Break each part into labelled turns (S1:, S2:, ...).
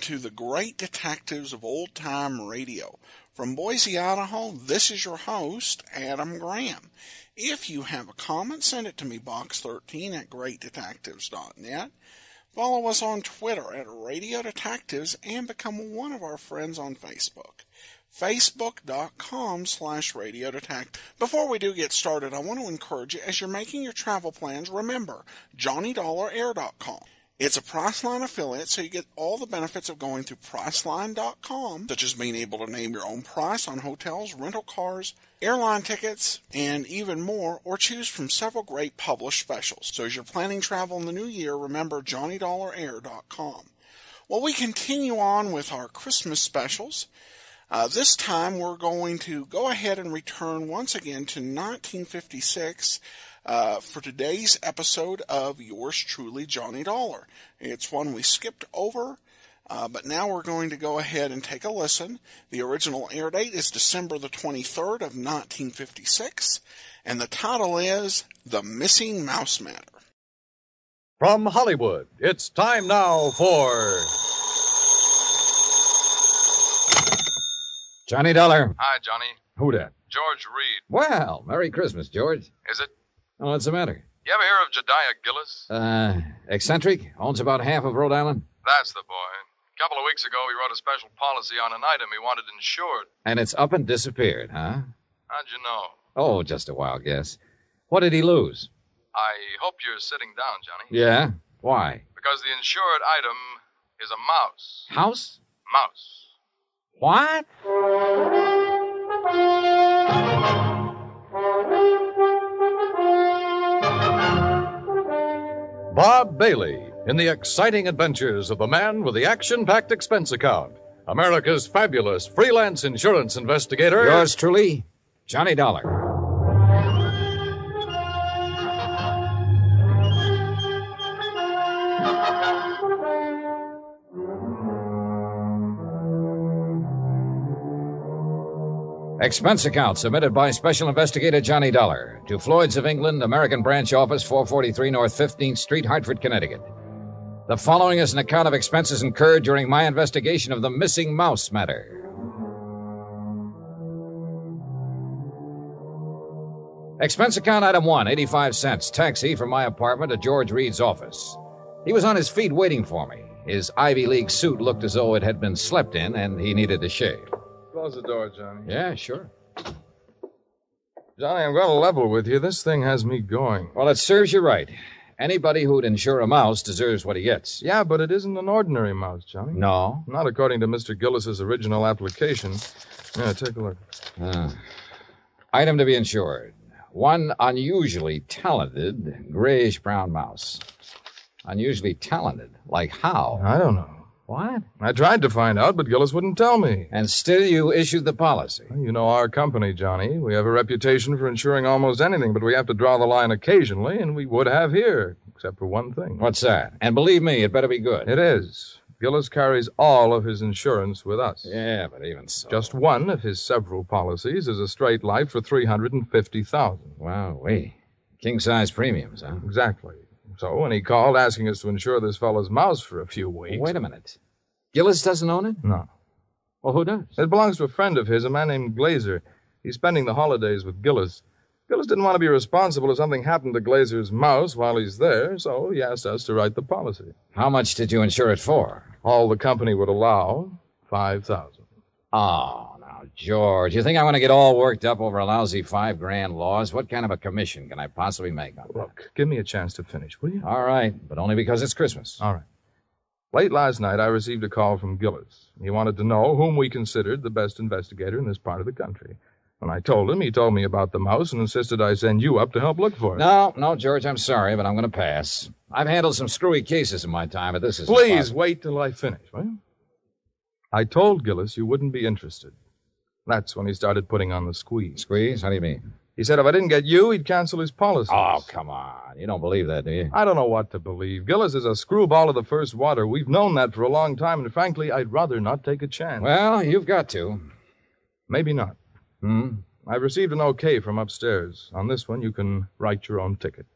S1: to the great detectives of old time radio. From Boise, Idaho, this is your host, Adam Graham. If you have a comment, send it to me, box13 at greatdetectives.net. Follow us on Twitter at Radio Detectives and become one of our friends on Facebook. Facebook.com slash Radio Detect. Before we do get started, I want to encourage you as you're making your travel plans, remember JohnnyDollarAir.com. It's a Priceline affiliate, so you get all the benefits of going through Priceline.com, such as being able to name your own price on hotels, rental cars, airline tickets, and even more, or choose from several great published specials. So as you're planning travel in the new year, remember JohnnyDollarAir.com. Well, we continue on with our Christmas specials. Uh, this time we're going to go ahead and return once again to 1956 uh, for today's episode of Yours Truly, Johnny Dollar. It's one we skipped over, uh, but now we're going to go ahead and take a listen. The original air date is December the 23rd of 1956, and the title is The Missing Mouse Matter.
S2: From Hollywood, it's time now for. Johnny Dollar.
S3: Hi, Johnny.
S2: Who dat?
S3: George Reed.
S2: Well, Merry Christmas, George.
S3: Is it?
S2: Oh, what's the matter?
S3: You ever hear of Jediah Gillis?
S2: Uh, eccentric? Owns about half of Rhode Island?
S3: That's the boy. A couple of weeks ago, he wrote a special policy on an item he wanted insured.
S2: And it's up and disappeared, huh?
S3: How'd you know?
S2: Oh, just a wild guess. What did he lose?
S3: I hope you're sitting down, Johnny.
S2: Yeah? Why?
S3: Because the insured item is a mouse.
S2: House?
S3: Mouse.
S2: What?
S4: Bob Bailey in the exciting adventures of the man with the action packed expense account. America's fabulous freelance insurance investigator.
S2: Yours truly, Johnny Dollar. Expense account submitted by Special Investigator Johnny Dollar to Floyd's of England, American Branch Office, 443 North 15th Street, Hartford, Connecticut. The following is an account of expenses incurred during my investigation of the missing mouse matter. Expense account item one, 85 cents, taxi from my apartment to George Reed's office. He was on his feet waiting for me. His Ivy League suit looked as though it had been slept in and he needed a shave.
S3: Close the door, Johnny.
S2: Yeah, sure.
S3: Johnny, I'm going to level with you. This thing has me going.
S2: Well, it serves you right. Anybody who'd insure a mouse deserves what he gets.
S3: Yeah, but it isn't an ordinary mouse, Johnny.
S2: No?
S3: Not according to Mr. Gillis's original application. Yeah, take a look.
S2: Ah. Item to be insured one unusually talented grayish brown mouse. Unusually talented? Like how?
S3: I don't know.
S2: What?
S3: I tried to find out, but Gillis wouldn't tell me.
S2: And still you issued the policy.
S3: You know our company, Johnny. We have a reputation for insuring almost anything, but we have to draw the line occasionally, and we would have here, except for one thing.
S2: What's that? And believe me, it better be good.
S3: It is. Gillis carries all of his insurance with us.
S2: Yeah, but even so.
S3: Just one of his several policies is a straight life for 350000
S2: Wow, wait. King size premiums, huh?
S3: Exactly. So when he called asking us to insure this fellow's mouse for a few weeks.
S2: Wait a minute. Gillis doesn't own it?
S3: No.
S2: Well, who does?
S3: It belongs to a friend of his, a man named Glazer. He's spending the holidays with Gillis. Gillis didn't want to be responsible if something happened to Glazer's mouse while he's there, so he asked us to write the policy.
S2: How much did you insure it for?
S3: All the company would allow, 5000
S2: Oh, now, George, you think I want to get all worked up over a lousy five grand loss? What kind of a commission can I possibly make on that?
S3: Look, give me a chance to finish, will you?
S2: All right, but only because it's Christmas.
S3: All right. Late last night, I received a call from Gillis. He wanted to know whom we considered the best investigator in this part of the country. When I told him, he told me about the mouse and insisted I send you up to help look for it.
S2: No, no, George, I'm sorry, but I'm going to pass. I've handled some screwy cases in my time, but this is.
S3: Please wait till I finish, will you? I told Gillis you wouldn't be interested. That's when he started putting on the squeeze.
S2: Squeeze? How do you mean?
S3: He said if I didn't get you, he'd cancel his policy.
S2: Oh, come on. You don't believe that, do you?
S3: I don't know what to believe. Gillis is a screwball of the first water. We've known that for a long time, and frankly, I'd rather not take a chance.
S2: Well, you've got to.
S3: Maybe not.
S2: Hmm?
S3: I've received an okay from upstairs. On this one, you can write your own ticket.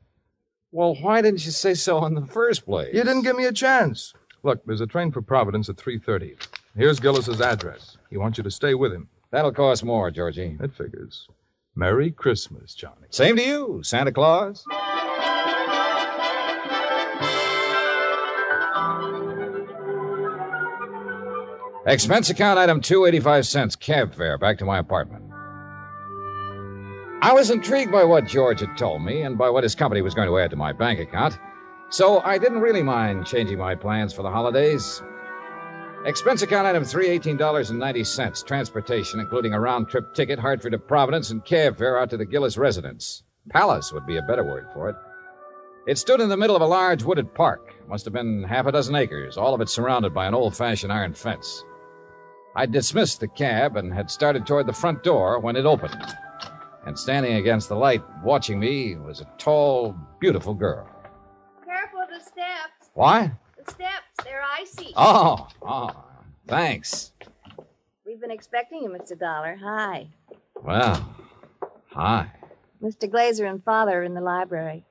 S2: Well, why didn't you say so in the first place?
S3: You didn't give me a chance. Look, there's a train for Providence at 3.30. Here's Gillis's address. He wants you to stay with him.
S2: That'll cost more, Georgie.
S3: That figures. Merry Christmas, Johnny.
S2: Same to you, Santa Claus. Expense account item two, eighty-five cents, cab fare back to my apartment. I was intrigued by what George had told me and by what his company was going to add to my bank account, so I didn't really mind changing my plans for the holidays. Expense account item three, eighteen dollars and ninety cents, transportation, including a round trip ticket, Hartford to Providence, and cab fare out to the Gillis residence. Palace would be a better word for it. It stood in the middle of a large wooded park. Must have been half a dozen acres, all of it surrounded by an old fashioned iron fence. I dismissed the cab and had started toward the front door when it opened. And standing against the light, watching me, was a tall, beautiful girl.
S5: Careful of the steps.
S2: Why?
S5: The steps, they're icy.
S2: Oh, oh, thanks.
S5: We've been expecting you, Mr. Dollar. Hi.
S2: Well, hi.
S5: Mr. Glazer and Father are in the library.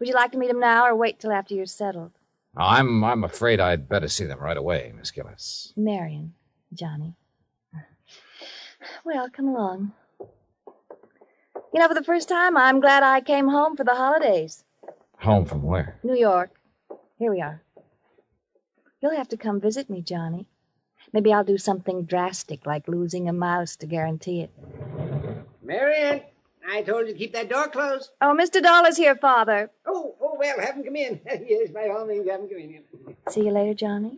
S5: Would you like to meet them now or wait till after you're settled?
S2: I'm I'm afraid I'd better see them right away, Miss Gillis.
S5: Marion, Johnny. Well, come along. You know, for the first time, I'm glad I came home for the holidays.
S2: Home from where?
S5: New York. Here we are. You'll have to come visit me, Johnny. Maybe I'll do something drastic like losing a mouse to guarantee it.
S6: Marion, I told you to keep that door closed.
S5: Oh, Mr. Dollar's here, Father.
S6: Oh, oh, well, have him come in. yes, by all means, have him come in.
S5: See you later, Johnny.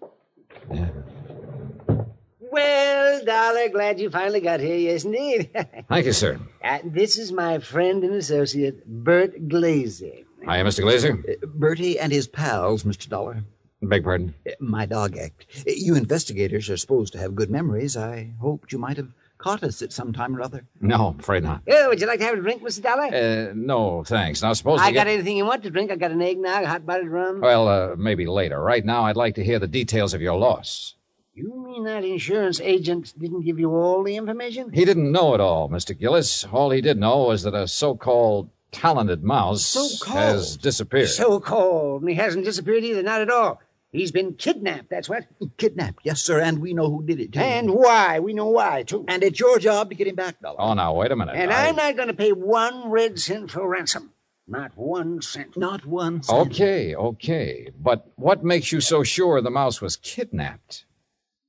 S6: Well, Dollar, glad you finally got here. Yes, indeed.
S2: Thank you, sir.
S6: uh, this is my friend and associate, Bert Glazer.
S2: Hiya, Mr. Glazer.
S7: Uh, Bertie and his pals, Mr. Dollar. Uh,
S2: Beg pardon.
S7: My dog act. Uh, You investigators are supposed to have good memories. I hoped you might have caught us at some time or other.
S2: No, I'm afraid not.
S6: Oh, would you like to have a drink, Mr. Dollar?
S2: Uh, no, thanks. Now, suppose
S6: I
S2: we get...
S6: got anything you want to drink. I got an eggnog, hot buttered rum.
S2: Well, uh, maybe later. Right now, I'd like to hear the details of your loss.
S6: You mean that insurance agent didn't give you all the information?
S2: He didn't know it all, Mr. Gillis. All he did know was that a so-called talented mouse
S6: So-called?
S2: has disappeared.
S6: So cold. And he hasn't disappeared either, not at all. He's been kidnapped, that's what.
S7: Kidnapped, yes, sir, and we know who did it. too.
S6: And why? We know why, too.
S7: and it's your job to get him back, Dollar.
S2: Oh, now wait a minute.
S6: And
S2: I-
S6: I'm not going to pay one red cent for ransom. Not one cent.
S7: Not one. cent.
S2: Okay, okay. But what makes you so sure the mouse was kidnapped?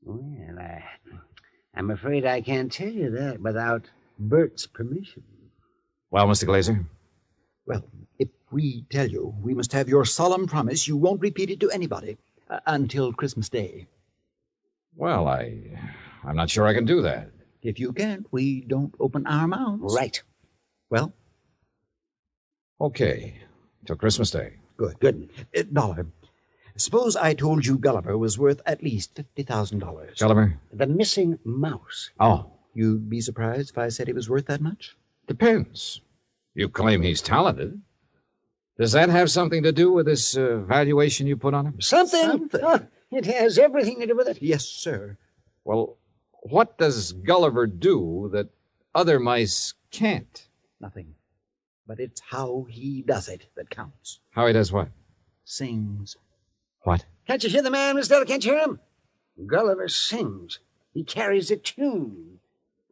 S6: Well, I, Uh, I'm afraid I can't tell you that without Bert's permission.
S2: Well, Mr. Glazer,
S7: Well, if we tell you, we must have your solemn promise you won't repeat it to anybody uh, until Christmas Day.
S2: well, I, I'm not sure I can do that.
S7: If you can't, we don't open our mouths.
S6: Right.
S7: Well,
S2: Okay, till Christmas Day.
S7: Good, good. Uh, dollar. Suppose I told you Gulliver was worth at least fifty thousand dollars.
S2: Gulliver?
S6: The missing mouse.
S2: Oh,
S7: You'd be surprised if I said it was worth that much.
S2: depends. You claim he's talented. Does that have something to do with this uh, valuation you put on him?
S6: Something.
S7: Something.
S6: Oh, it has everything to do with it.
S7: Yes, sir.
S2: Well, what does Gulliver do that other mice can't?
S7: Nothing. But it's how he does it that counts.
S2: How he does what?
S7: Sings.
S2: What?
S6: Can't you hear the man, Miss Della? Can't you hear him? Gulliver sings. He carries a tune.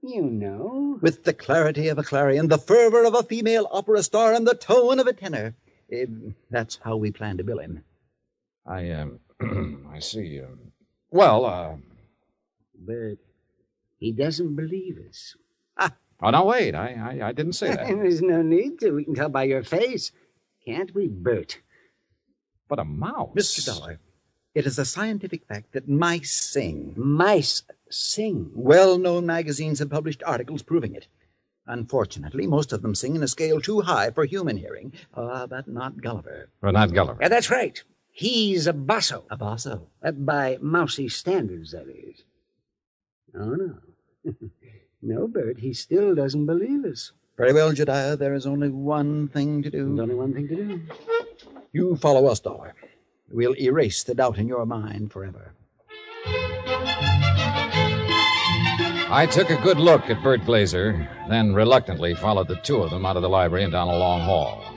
S6: You know.
S7: With the clarity of a clarion, the fervor of a female opera star, and the tone of a tenor. Um, that's how we plan to bill him.
S2: I, um, I see. Um, well, uh,
S6: But he doesn't believe us.
S2: oh, no, wait. I, I, I didn't say that.
S6: There's no need to. We can tell by your face. Can't we, Bert?
S2: But a mouse.
S7: Mr. Dollar, it is a scientific fact that mice sing.
S6: Mice sing.
S7: Well known magazines have published articles proving it. Unfortunately, most of them sing in a scale too high for human hearing. Ah, but not Gulliver.
S2: Well, not Gulliver.
S6: Yeah, that's right. He's a basso.
S7: Abasso.
S6: Uh, by mousy standards, that is. Oh, no. no, Bert, he still doesn't believe us.
S7: Very well, Jediah, there is only one thing to
S6: There's
S7: do.
S6: only one thing to do.
S7: You follow us, Dollar. We'll erase the doubt in your mind forever.
S2: I took a good look at Bert Glazer, then reluctantly followed the two of them out of the library and down a long hall.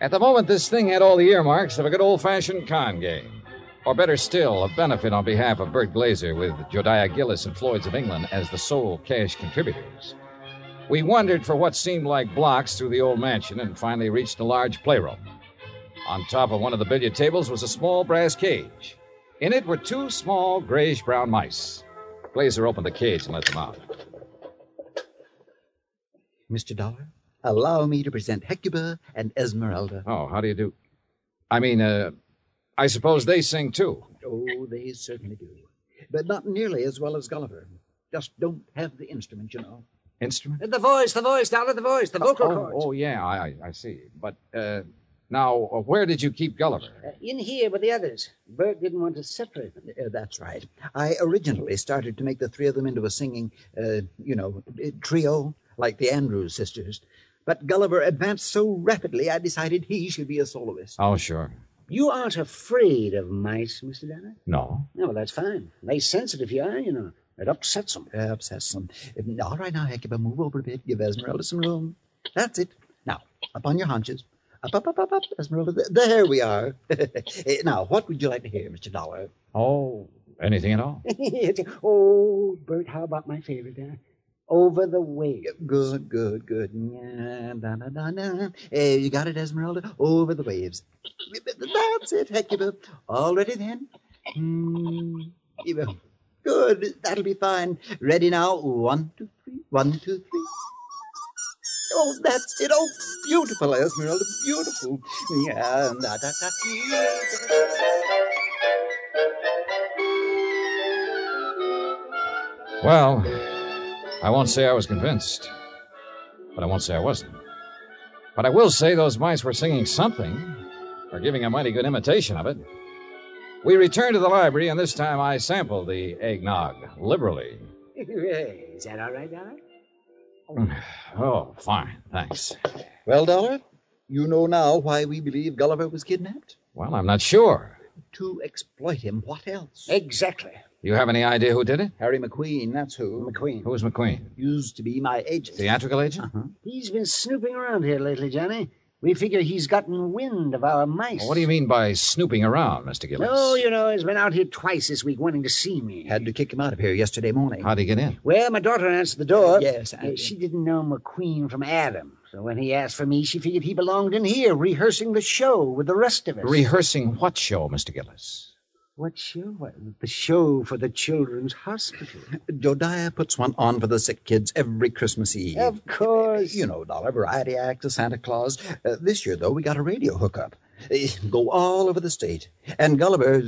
S2: At the moment, this thing had all the earmarks of a good old fashioned con game. Or better still, a benefit on behalf of Bert Glazer with Jodiah Gillis and Floyds of England as the sole cash contributors. We wandered for what seemed like blocks through the old mansion and finally reached a large playroom. On top of one of the billiard tables was a small brass cage. In it were two small grayish brown mice. Glazer opened the cage and let them out.
S7: Mr. Dollar, allow me to present Hecuba and Esmeralda.
S2: Oh, how do you do? I mean, uh, I suppose they sing too.
S7: Oh, they certainly do. But not nearly as well as Gulliver. Just don't have the instrument, you know.
S2: Instrument?
S8: The voice, the voice, Dollar, the voice, the vocal
S2: Oh,
S8: cords.
S2: oh yeah, I, I- I see. But uh, now, uh, where did you keep Gulliver?
S8: Uh, in here with the others.
S6: Bert didn't want to separate them.
S7: Uh, that's right. I originally started to make the three of them into a singing, uh, you know, uh, trio like the Andrews sisters. But Gulliver advanced so rapidly, I decided he should be a soloist.
S2: Oh, sure.
S6: You aren't afraid of mice, Mr. Dollar?
S2: No.
S6: No, well, that's fine. They sense it if you are, you know. It upsets them.
S7: Uh, obsess them. Um, All right, now, Hecuba, move over a bit. Give Esmeralda some room. That's it. Now, up on your haunches. Up, up, up, up, up, Esmeralda. Th- There we are. Uh, now, what would you like to hear, Mr. Dollar?
S2: Oh, anything at all?
S6: oh, Bert, how about my favorite? Huh? Over the wave.
S7: Good, good, good. Nya, da, da, da, da. Eh, you got it, Esmeralda? Over the waves. That's it, Hecuba. All ready then? Hmm. Eva. Good. That'll be fine. Ready now? One, two, three. One, two, three. Oh, that's it. Oh, beautiful, Esmeralda. Beautiful. Yeah, da, da, da.
S2: Well, I won't say I was convinced, but I won't say I wasn't. But I will say those mice were singing something, or giving a mighty good imitation of it. We returned to the library, and this time I sampled the eggnog liberally.
S6: Is that all right, Dollar?
S2: Oh, fine, thanks.
S7: Well, Dollar, you know now why we believe Gulliver was kidnapped?
S2: Well, I'm not sure.
S7: To exploit him. What else?
S6: Exactly.
S2: You have any idea who did it?
S7: Harry McQueen, that's who.
S6: McQueen.
S2: Who's McQueen?
S7: used to be my agent.
S2: Theatrical agent?
S6: He's been snooping around here lately, Johnny. We figure he's gotten wind of our mice.
S2: What do you mean by snooping around, Mr. Gillis?
S6: No, you know, he's been out here twice this week wanting to see me.
S7: Had to kick him out of here yesterday morning.
S2: How'd he get in?
S6: Well, my daughter answered the door.
S7: Yes, I
S6: Uh,
S7: did.
S6: she didn't know McQueen from Adam. So when he asked for me, she figured he belonged in here, rehearsing the show with the rest of us.
S2: Rehearsing what show, Mr. Gillis?
S6: what show? was it? The show for the Children's Hospital.
S7: Jodiah puts one on for the sick kids every Christmas Eve.
S6: of course.
S7: You know, dollar variety act, a Santa Claus. Uh, this year, though, we got a radio hookup. Eh, Go all over the state. And Gulliver,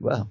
S7: well,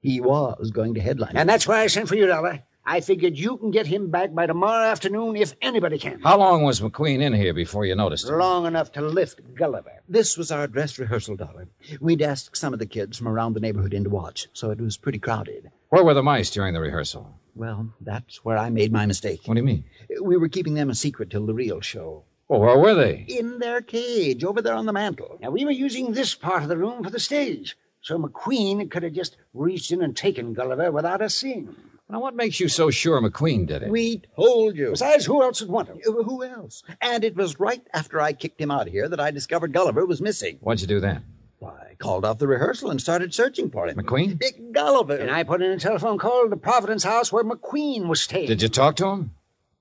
S7: he was going to headline.
S6: And that's why I sent for you, Dollar. I figured you can get him back by tomorrow afternoon if anybody can.
S2: How long was McQueen in here before you noticed him?
S6: Long enough to lift Gulliver.
S7: this was our dress rehearsal, dollar. We'd asked some of the kids from around the neighborhood in to watch, so it was pretty crowded.
S2: Where were the mice during the rehearsal?
S7: Well, that's where I made my mistake.
S2: What do you mean?
S7: We were keeping them a secret till the real show.
S2: Well, where were they?
S7: In their cage, over there on the mantel.
S6: Now, we were using this part of the room for the stage, so McQueen could have just reached in and taken Gulliver without us seeing him.
S2: Now, what makes you so sure McQueen did it?
S7: We told you. Uh,
S6: Besides, who else would want him?
S7: Who else? And it was right after I kicked him out of here that I discovered Gulliver was missing.
S2: What'd you do then?
S7: Why, I called off the rehearsal and started searching for him.
S2: McQueen?
S7: Dick Gulliver.
S6: And I put in a telephone call to the Providence House where McQueen was staying.
S2: Did you talk to him?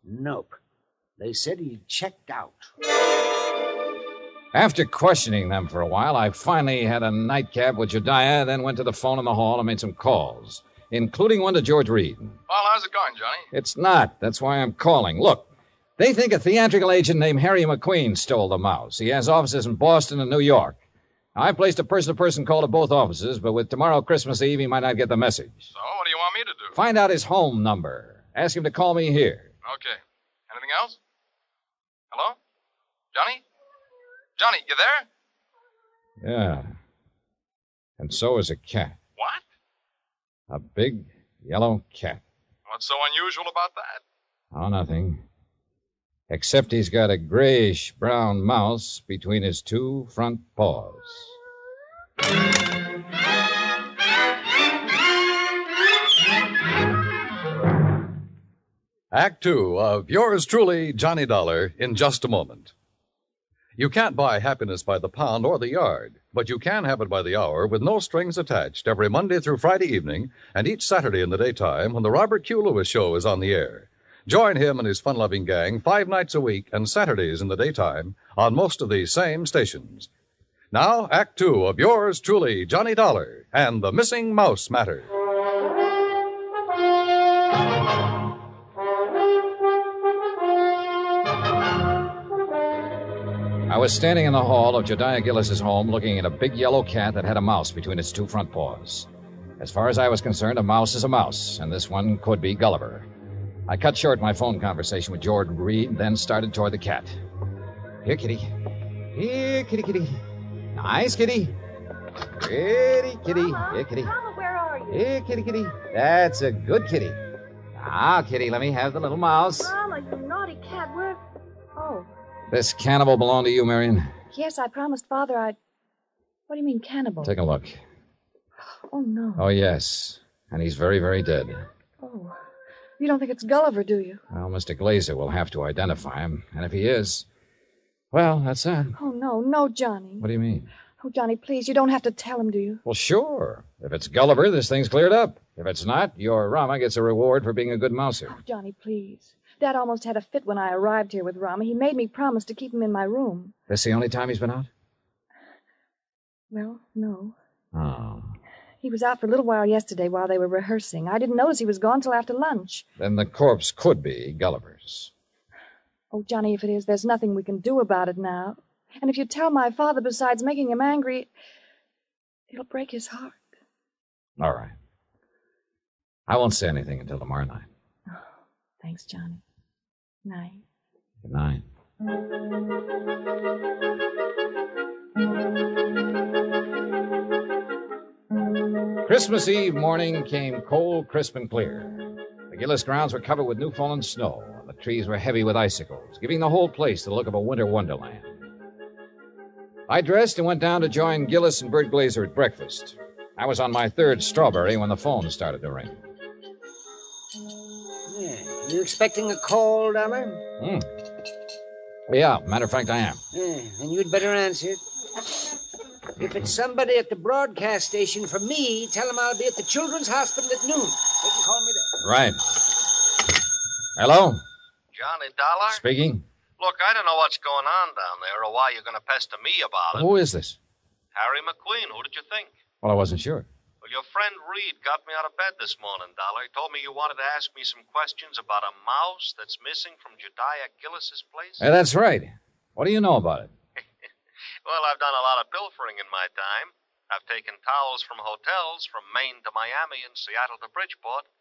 S6: Nope. They said he checked out.
S2: After questioning them for a while, I finally had a nightcap with Jediah, then went to the phone in the hall and made some calls, including one to George Reed.
S3: Well, how's it going, Johnny?
S2: It's not. That's why I'm calling. Look, they think a theatrical agent named Harry McQueen stole the mouse. He has offices in Boston and New York. I placed a person to person call to both offices, but with tomorrow Christmas Eve, he might not get the message.
S3: So, what do you want me to do?
S2: Find out his home number. Ask him to call me here.
S3: Okay. Anything else? Hello? Johnny? Johnny, you there?
S2: Yeah. And so is a cat.
S3: What?
S2: A big yellow cat.
S3: What's so unusual about that?
S2: Oh, nothing. Except he's got a grayish brown mouse between his two front paws.
S4: Act two of Yours Truly, Johnny Dollar, in just a moment. You can't buy happiness by the pound or the yard, but you can have it by the hour with no strings attached every Monday through Friday evening and each Saturday in the daytime when the Robert Q. Lewis show is on the air. Join him and his fun loving gang five nights a week and Saturdays in the daytime on most of these same stations. Now, Act Two of yours truly, Johnny Dollar and the Missing Mouse Matter.
S2: I was standing in the hall of Jediah Gillis's home looking at a big yellow cat that had a mouse between its two front paws. As far as I was concerned, a mouse is a mouse, and this one could be Gulliver. I cut short my phone conversation with George Reed, then started toward the cat. Here, kitty. Here, kitty, kitty. Nice, kitty. Pretty kitty. Here, kitty.
S9: Mama, where are you?
S2: Here, kitty, kitty. That's a good kitty. Now, kitty, let me have the little mouse.
S9: Mama, you naughty cat, where?
S5: Oh,
S2: This cannibal belonged to you, Marion.
S5: yes, I promised Father I'd. What do you mean, cannibal?
S2: Take a look.
S5: Oh, no.
S2: Oh, yes. And he's very, very dead.
S5: Oh, you don't think it's Gulliver, do you?
S2: Well, Mr. Glazer will have to identify him. And if he is, well, that's that.
S5: Oh, no, no, Johnny.
S2: What do you mean?
S5: Oh, Johnny, please, you don't have to tell him, do you?
S2: Well, sure. If it's Gulliver, this thing's cleared up. If it's not, your Rama gets a reward for being a good mouser.
S5: Johnny, please. Dad almost had a fit when I arrived here with Rama. He made me promise to keep him in my room.
S2: This the only time he's been out?
S5: Well, no.
S2: Oh.
S5: He was out for a little while yesterday while they were rehearsing. I didn't notice he was gone till after lunch.
S2: Then the corpse could be Gulliver's.
S5: Oh, Johnny, if it is, there's nothing we can do about it now. And if you tell my father, besides making him angry, it'll break his heart.
S2: All right. I won't say anything until tomorrow night.
S5: Thanks, Johnny. Night.
S2: Good night. Christmas Eve morning came cold, crisp, and clear. The Gillis grounds were covered with new fallen snow, and the trees were heavy with icicles, giving the whole place the look of a winter wonderland. I dressed and went down to join Gillis and Bert Glazer at breakfast. I was on my third strawberry when the phone started to ring.
S8: Yeah. You expecting a call, Dollar?
S2: Hmm. Yeah, matter of fact, I am.
S8: Yeah,
S6: Eh,
S8: then you'd better answer it. If it's somebody at the broadcast station for me, tell them I'll be at the children's hospital at noon. They can call me there.
S2: Right. Hello?
S10: Johnny Dollar?
S2: Speaking?
S10: Look, I don't know what's going on down there or why you're going to pester me about it.
S2: Who is this?
S10: Harry McQueen, who did you think?
S2: Well, I wasn't sure.
S10: Well, your friend Reed got me out of bed this morning, Dollar. He told me you wanted to ask me some questions about a mouse that's missing from Jediah Gillis's place.
S2: Hey, that's right. What do you know about it?
S10: Well, I've done a lot of pilfering in my time. I've taken towels from hotels, from Maine to Miami and Seattle to Bridgeport.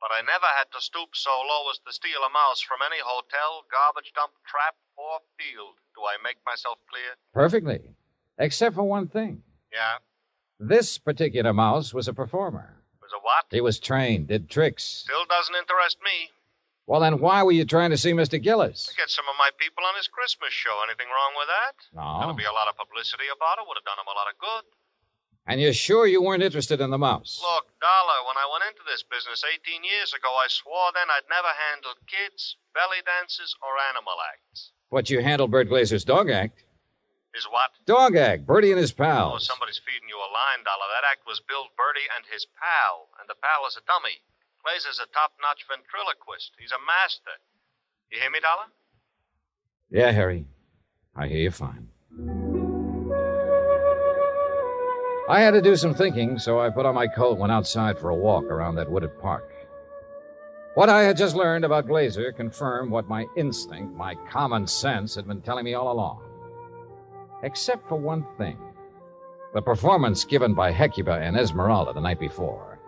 S10: But I never had to stoop so low as to steal a mouse from any hotel, garbage dump, trap, or field. Do I make myself clear?
S2: Perfectly. Except for one thing.
S10: Yeah.
S2: This particular mouse was a performer.
S10: Was a what?
S2: He was trained, did tricks.
S10: Still doesn't interest me.
S2: Well, then why were you trying to see Mr. Gillis?
S10: Get some of my people on his Christmas show. Anything wrong with that?
S2: No.
S10: There'll be a lot of publicity about it. Would have done him a lot of good.
S2: And you're sure you weren't interested in the mouse?
S10: Look, Dollar, when I went into this business 18 years ago, I swore then I'd never handle kids, belly dances, or animal acts.
S2: But you handled Bert Glazer's dog act.
S10: Is what?
S2: Dog act, Bertie and his
S10: Oh,
S2: pals.
S10: somebody's feeding you a line, Dollar. That act was Bill Birdie and his pal, and the pal is a dummy. Plays as a top notch ventriloquist. He's a master. You hear me, Dollar?
S2: Yeah, Harry. I hear you're fine. I had to do some thinking, so I put on my coat and went outside for a walk around that wooded park. What I had just learned about Glazer confirmed what my instinct, my common sense, had been telling me all along. Except for one thing the performance given by Hecuba and Esmeralda the night before.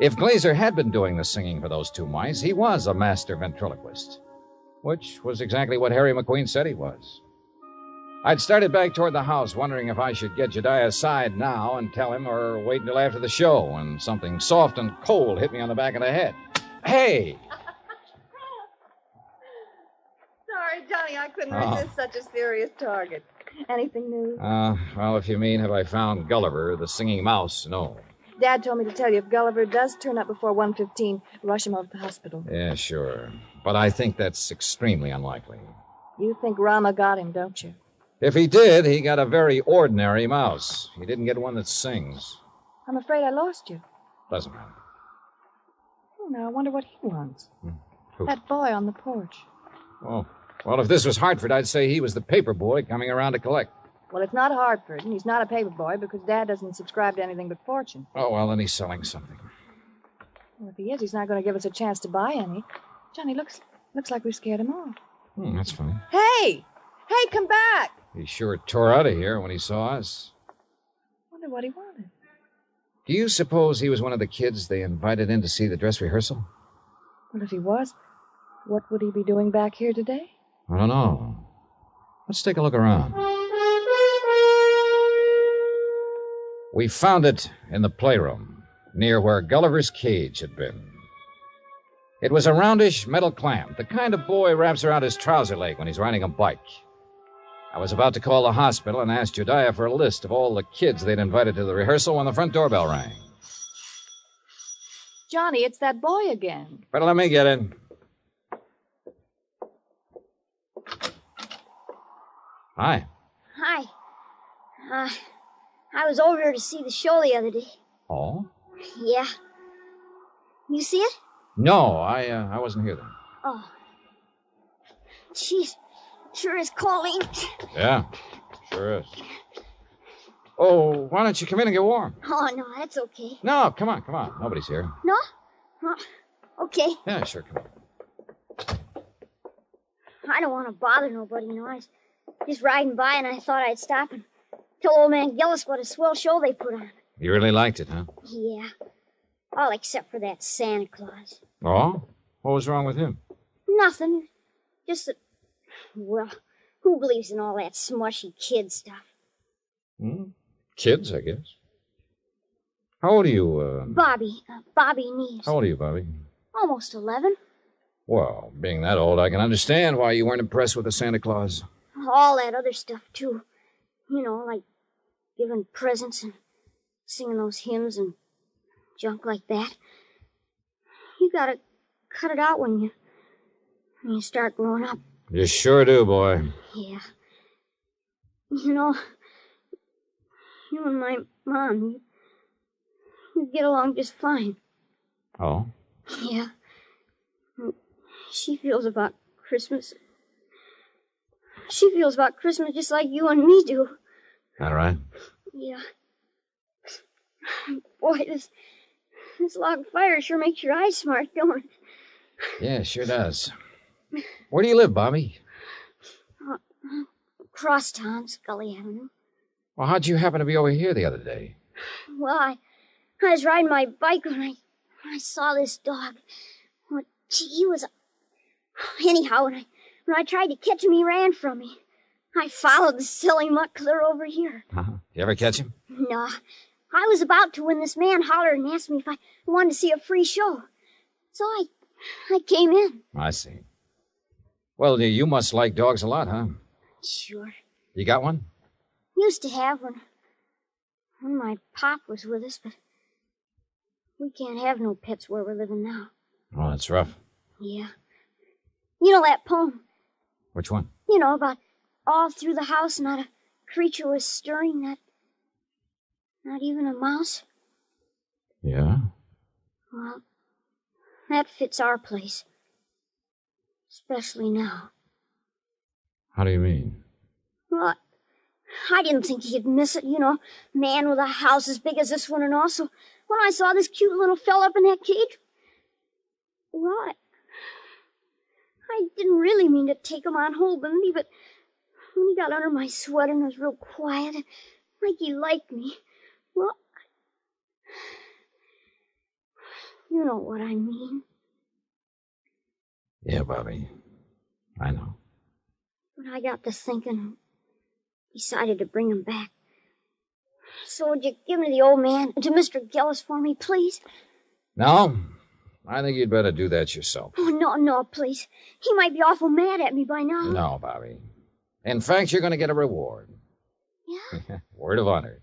S2: If Glazer had been doing the singing for those two mice, he was a master ventriloquist which was exactly what Harry McQueen said he was. I'd started back toward the house, wondering if I should get Jediah aside now and tell him, or wait until after the show, when something soft and cold hit me on the back of the head. Hey!
S9: Sorry, Johnny, I couldn't
S2: Oh.
S9: resist such a serious target.
S5: Anything new?
S2: Uh, well, if you mean, have I found Gulliver, the singing mouse? No.
S5: Dad told me to tell you if Gulliver does turn up before 1.15, rush him over to the hospital.
S2: Yeah, sure. But I think that's extremely unlikely.
S5: You think Rama got him, don't you?
S2: If he did, he got a very ordinary mouse. He didn't get one that sings.
S5: I'm afraid I lost you.
S2: Doesn't matter.
S5: Oh, now I wonder what he wants.
S2: Who?
S5: That boy on the porch.
S2: Oh. Well, if this was Hartford, I'd say he was the paper boy coming around to collect.
S5: Well, it's not Hartford, and he's not a paper boy because Dad doesn't subscribe to anything but fortune.
S2: Oh, well, then he's selling something.
S5: Well, if he is, he's not going to give us a chance to buy any. Johnny, looks looks like we scared him off.
S2: Hmm, that's funny.
S5: Hey! Hey, come back!
S2: He sure tore out of here when he saw us.
S5: Wonder what he wanted.
S2: Do you suppose he was one of the kids they invited in to see the dress rehearsal?
S5: Well, if he was, what would he be doing back here today?
S2: I don't know. Let's take a look around. We found it in the playroom, near where Gulliver's cage had been. It was a roundish metal clamp, the kind a boy wraps around his trouser leg when he's riding a bike. I was about to call the hospital and ask Judiah for a list of all the kids they'd invited to the rehearsal when the front doorbell rang.
S5: Johnny, it's that boy again.
S2: Better let me get in. Hi.
S11: Hi. Uh, I was over here to see the show the other day.
S2: Oh?
S11: Yeah. You see it?
S2: No, I uh, I wasn't here then.
S11: Oh. Jeez. Sure is calling.
S2: Yeah, sure is. Oh, why don't you come in and get warm?
S11: Oh, no, that's okay.
S2: No, come on, come on. Nobody's here.
S11: No? Huh. Okay.
S2: Yeah, sure, come on.
S11: I don't want to bother nobody, you know. I was just riding by and I thought I'd stop and tell old man Gillis what a swell show they put on.
S2: You really liked it, huh?
S11: Yeah. All except for that Santa Claus.
S2: Oh? What was wrong with him?
S11: Nothing. Just that. Well, who believes in all that smushy kid stuff?
S2: Hmm? Kids, I guess. How old are you, uh,
S11: Bobby. Uh, Bobby Neves.
S2: how old are you, Bobby?
S11: Almost 11.
S2: Well, being that old, I can understand why you weren't impressed with the Santa Claus.
S11: All that other stuff, too. You know, like giving presents and singing those hymns and junk like that. You gotta cut it out when you when you start growing up.
S2: You sure do, boy.
S11: Yeah. You know, you and my mom, you, you get along just fine.
S2: Oh?
S11: Yeah. She feels about Christmas. She feels about Christmas just like you and me do.
S2: All right.
S11: Yeah. Boy, this this log fire sure makes your eyes smart, don't it?
S2: Yeah, sure does. Where do you live, Bobby?
S11: Crosstown, Uh, Scully Avenue.
S2: Well, how'd you happen to be over here the other day?
S11: Well, I, I was riding my bike when I when I saw this dog. Well, gee, he was. Anyhow, when I when I tried to catch him, he ran from me. I followed the silly muck clear over here.
S2: Huh? You ever catch him?
S11: Nah, I was about to when this man hollered and asked me if I wanted to see a free show. So I I came in.
S2: I see. Well, you- you must like dogs a lot, huh?
S11: Sure.
S2: You got one?
S11: Used to have when when my pop was with us, but we can't have no pets where we're living now.
S2: Oh, that's rough.
S11: Yeah. You know that poem,
S2: Which one?
S11: you know, about all through the house not a creature was stirring, not not even a mouse?
S2: Yeah.
S11: Well that fits our place. Especially now.
S2: How do you mean?
S11: Well, I didn't think he'd miss it, you know. Man with a house as big as this one, and also when I saw this cute little fella up in that cage, well, I, I didn't really mean to take him on hold, Bimini, but when he got under my sweater and was real quiet, like he liked me, well, you know what I mean.
S2: Yeah, Bobby. I know.
S11: When I got to thinking, decided to bring him back. So would you give me the old man to Mr. Gillis for me, please?
S2: No, I think you'd better do that yourself.
S11: Oh, no, no, please. He might be awful mad at me by now.
S2: No, Bobby. In fact, you're going to get a reward. Yeah? Word of honor.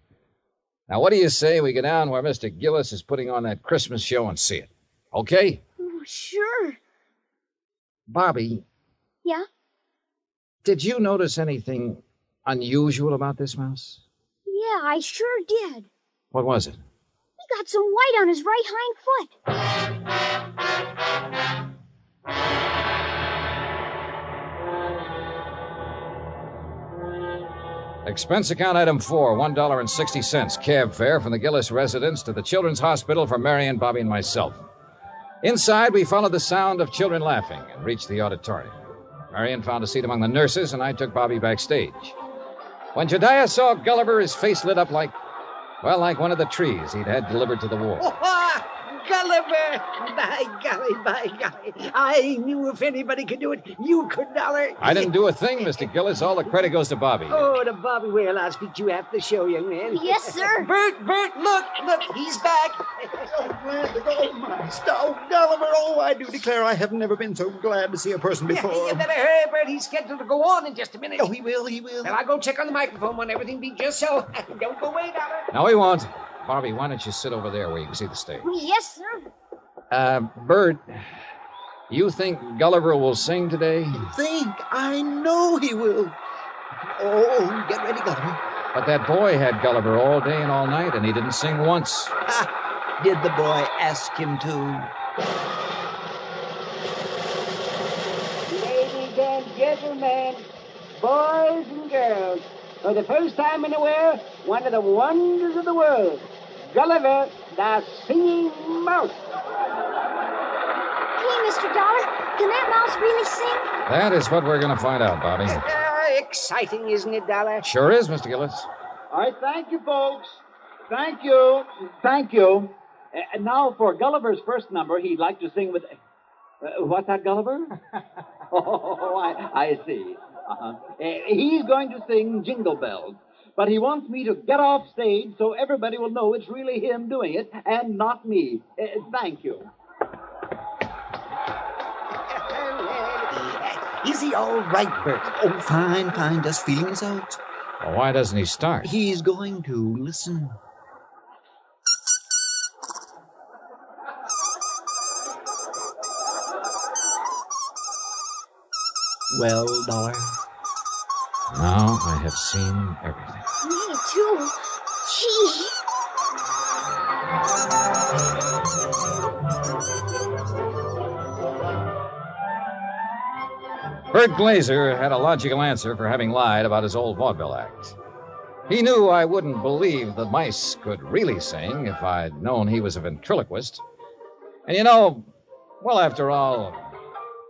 S2: Now, what do you say we go down where Mr. Gillis is putting on that Christmas show and see it? Okay?
S11: Oh, sure.
S2: Bobby,
S11: Yeah?
S2: did you notice anything unusual about this mouse?
S11: Yeah, I sure did.
S2: What was it?
S11: He got some white on his right hind foot.
S2: Expense account item four, $1.60 cab fare from the Gillis residence to the Children's Hospital for Marion, Bobby, and myself. Inside, we followed the sound of children laughing and reached the auditorium. Marion found a seat among the nurses, and I took Bobby backstage. When Jediah saw Gulliver, his face lit up like, well, like one of the trees he'd had delivered to the wall.
S6: Oh, ah, Gulliver! By golly, by golly. I knew if anybody could do it, you could, Dollar.
S2: I didn't do a thing, Mr. Gillis. All the credit goes to Bobby.
S6: Oh, to Bobby Whale. I'll speak to you after the show, young man.
S11: Yes, sir.
S6: Bert, Bert, look, look, he's back.
S8: So glad to go, Master. Oh, Gulliver, oh, I do declare I have never been so glad to see a person before.
S6: You better hurry, Bert. He's scheduled to go on in just a minute.
S8: Oh, he will, he will.
S6: Well, I'll go check on the microphone when everything be just so. Don't go away, Dollar.
S2: No, he won't. Bobby, why don't you sit over there where you can see the stage?
S11: Yes, sir.
S2: Uh, Bert, you think Gulliver will sing today?
S8: Think, I know he will. Oh, get ready, Gulliver.
S2: But that boy had Gulliver all day and all night, and he didn't sing once.
S8: Did the boy ask him to?
S6: Ladies and gentlemen, boys and girls, for the first time in a while, one of the wonders of the world, Gulliver, the singing mouse.
S11: Hey, Mr. Dollar, can that mouse really sing?
S2: That is what we're going to find out, Bobby.
S6: Ah, exciting, isn't it, Dollar?
S2: Sure is, Mr. Gillis.
S7: All right, thank you, folks. Thank you. Thank you. Uh, And now for Gulliver's first number, he'd like to sing with. Uh, what's that, Gulliver? oh, I, I see. Uh-huh. Uh, he's going to sing Jingle Bells, but he wants me to get off stage so everybody will know it's really him doing it and not me. Uh, thank you.
S6: Is he all right, Bert?
S8: Oh, fine, fine, just feeling his out.
S2: Well, why doesn't he start?
S8: He's going to listen. Well, Dollar,
S2: Now I have seen everything.
S11: Me too. Gee.
S2: Bert Glazer had a logical answer for having lied about his old vaudeville act. He knew I wouldn't believe the mice could really sing if I'd known he was a ventriloquist. And you know, well, after all,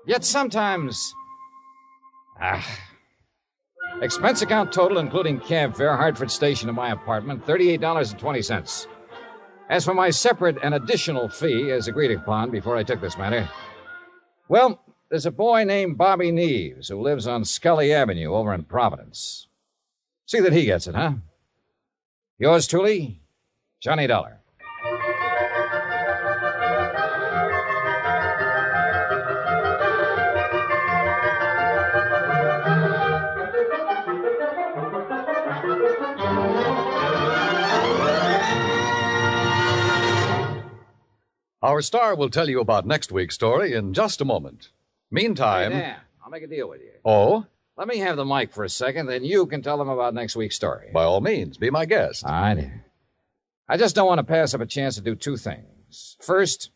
S2: yet sometimes. Ah. Expense account total, including cab fare, Hartford Station to my apartment, $38.20. As for my separate and additional fee, as agreed upon before I took this matter, well, there's a boy named Bobby Neves who lives on Scully Avenue over in Providence. See that he gets it, huh? Yours truly, Johnny Dollar.
S4: Our star will tell you about next week's story in just a moment. Meantime.
S2: Hey, Dan, I'll make a deal with you.
S4: Oh,
S2: Let me have the mic for a second, then you can tell them about next week's story.
S4: by all means, be my guest.
S2: I I just don't want to pass up a chance to do two things. First,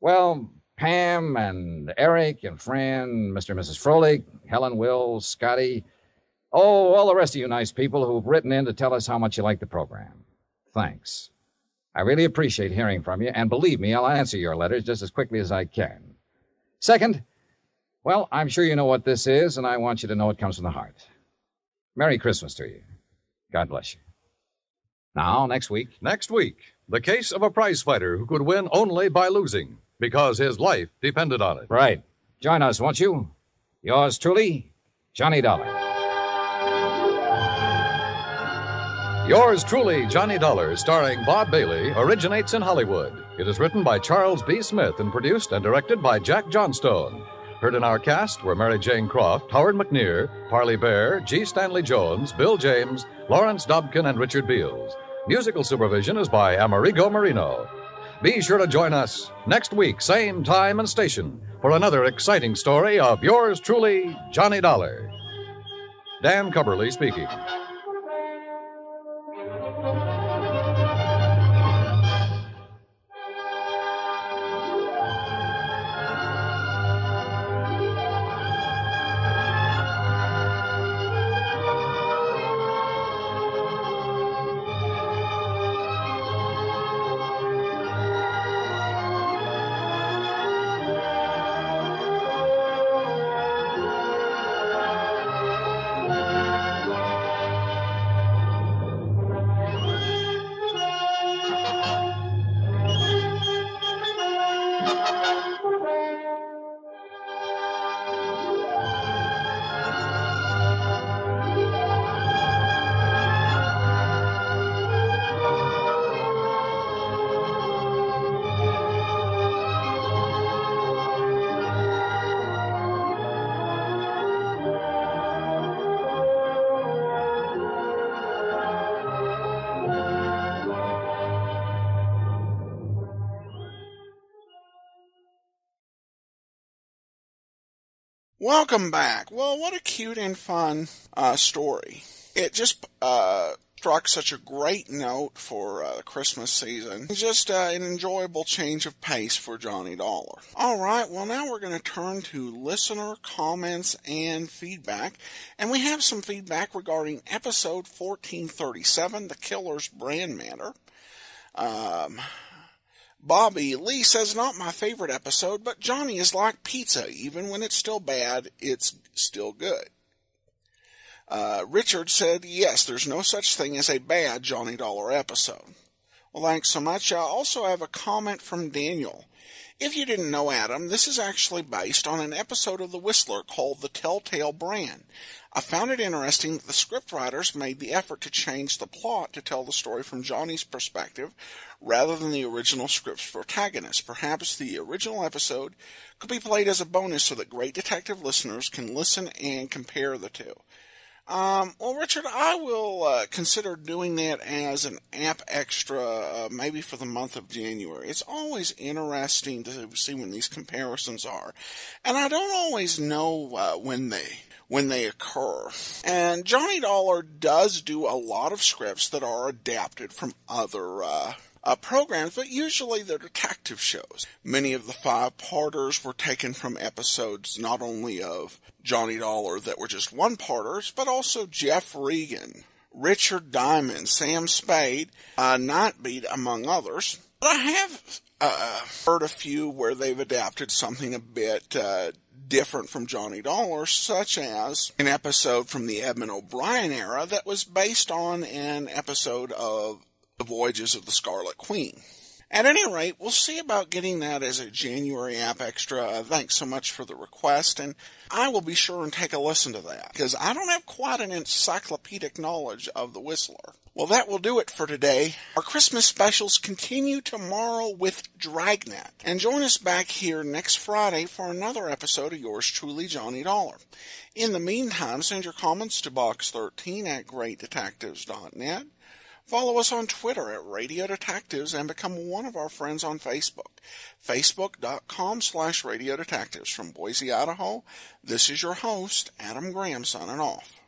S2: well, Pam and Eric and Fran, Mr. and Mrs. Froelich, Helen Will, Scotty, oh, all the rest of you nice people who've written in to tell us how much you like the program. Thanks. I really appreciate hearing from you, and believe me, I'll answer your letters just as quickly as I can. Second, well, I'm sure you know what this is, and I want you to know it comes from the heart. Merry Christmas to you. God bless you. Now, next week,
S4: Next week, the case of a prize fighter who could win only by losing because his life depended on it.
S2: Right. Join us, won't you? Yours truly, Johnny Dollar.
S4: Yours truly, Johnny Dollar, starring Bob Bailey, originates in Hollywood. It is written by Charles B. Smith and produced and directed by Jack Johnstone. Heard in our cast were Mary Jane Croft, Howard McNear, Parley Bear, G. Stanley Jones, Bill James, Lawrence Dobkin, and Richard Beals. Musical supervision is by Amerigo Marino. Be sure to join us next week, same time and station, for another exciting story of yours truly, Johnny Dollar. Dan Cumberly speaking.
S1: Welcome back. Well, what a cute and fun uh, story. It just uh, struck such a great note for uh, the Christmas season. Just uh, an enjoyable change of pace for Johnny Dollar. All right, well, now we're going to turn to listener comments and feedback. And we have some feedback regarding episode 1437 The Killer's Brand Matter. Um, Bobby Lee says not my favorite episode, but Johnny is like pizza. Even when it's still bad, it's still good. Uh, Richard said, yes, there's no such thing as a bad Johnny Dollar episode. Well, thanks so much. I also have a comment from Daniel. If you didn't know, Adam, this is actually based on an episode of The Whistler called The Telltale Brand. I found it interesting that the scriptwriters made the effort to change the plot to tell the story from Johnny's perspective rather than the original script's protagonist. Perhaps the original episode could be played as a bonus so that great detective listeners can listen and compare the two. Um, well, Richard, I will uh, consider doing that as an app extra, uh, maybe for the month of January. It's always interesting to see when these comparisons are, and I don't always know uh, when they when they occur. And Johnny Dollar does do a lot of scripts that are adapted from other. Uh, uh, programs, but usually they're detective shows. Many of the five parters were taken from episodes not only of Johnny Dollar that were just one parters, but also Jeff Regan, Richard Diamond, Sam Spade, uh, Nightbeat, among others. But I have uh, heard a few where they've adapted something a bit uh, different from Johnny Dollar, such as an episode from the Edmund O'Brien era that was based on an episode of the Voyages of the Scarlet Queen. At any rate, we'll see about getting that as a January app extra. Uh, Thanks so much for the request, and I will be sure and take a listen to that, because I don't have quite an encyclopedic knowledge of the Whistler. Well, that will do it for today. Our Christmas specials continue tomorrow with Dragnet, and join us back here next Friday for another episode of yours truly, Johnny Dollar. In the meantime, send your comments to box13 at greatdetectives.net. Follow us on Twitter at Radio Detectives and become one of our friends on Facebook. Facebook.com slash Radio Detectives from Boise, Idaho. This is your host, Adam Graham, signing off.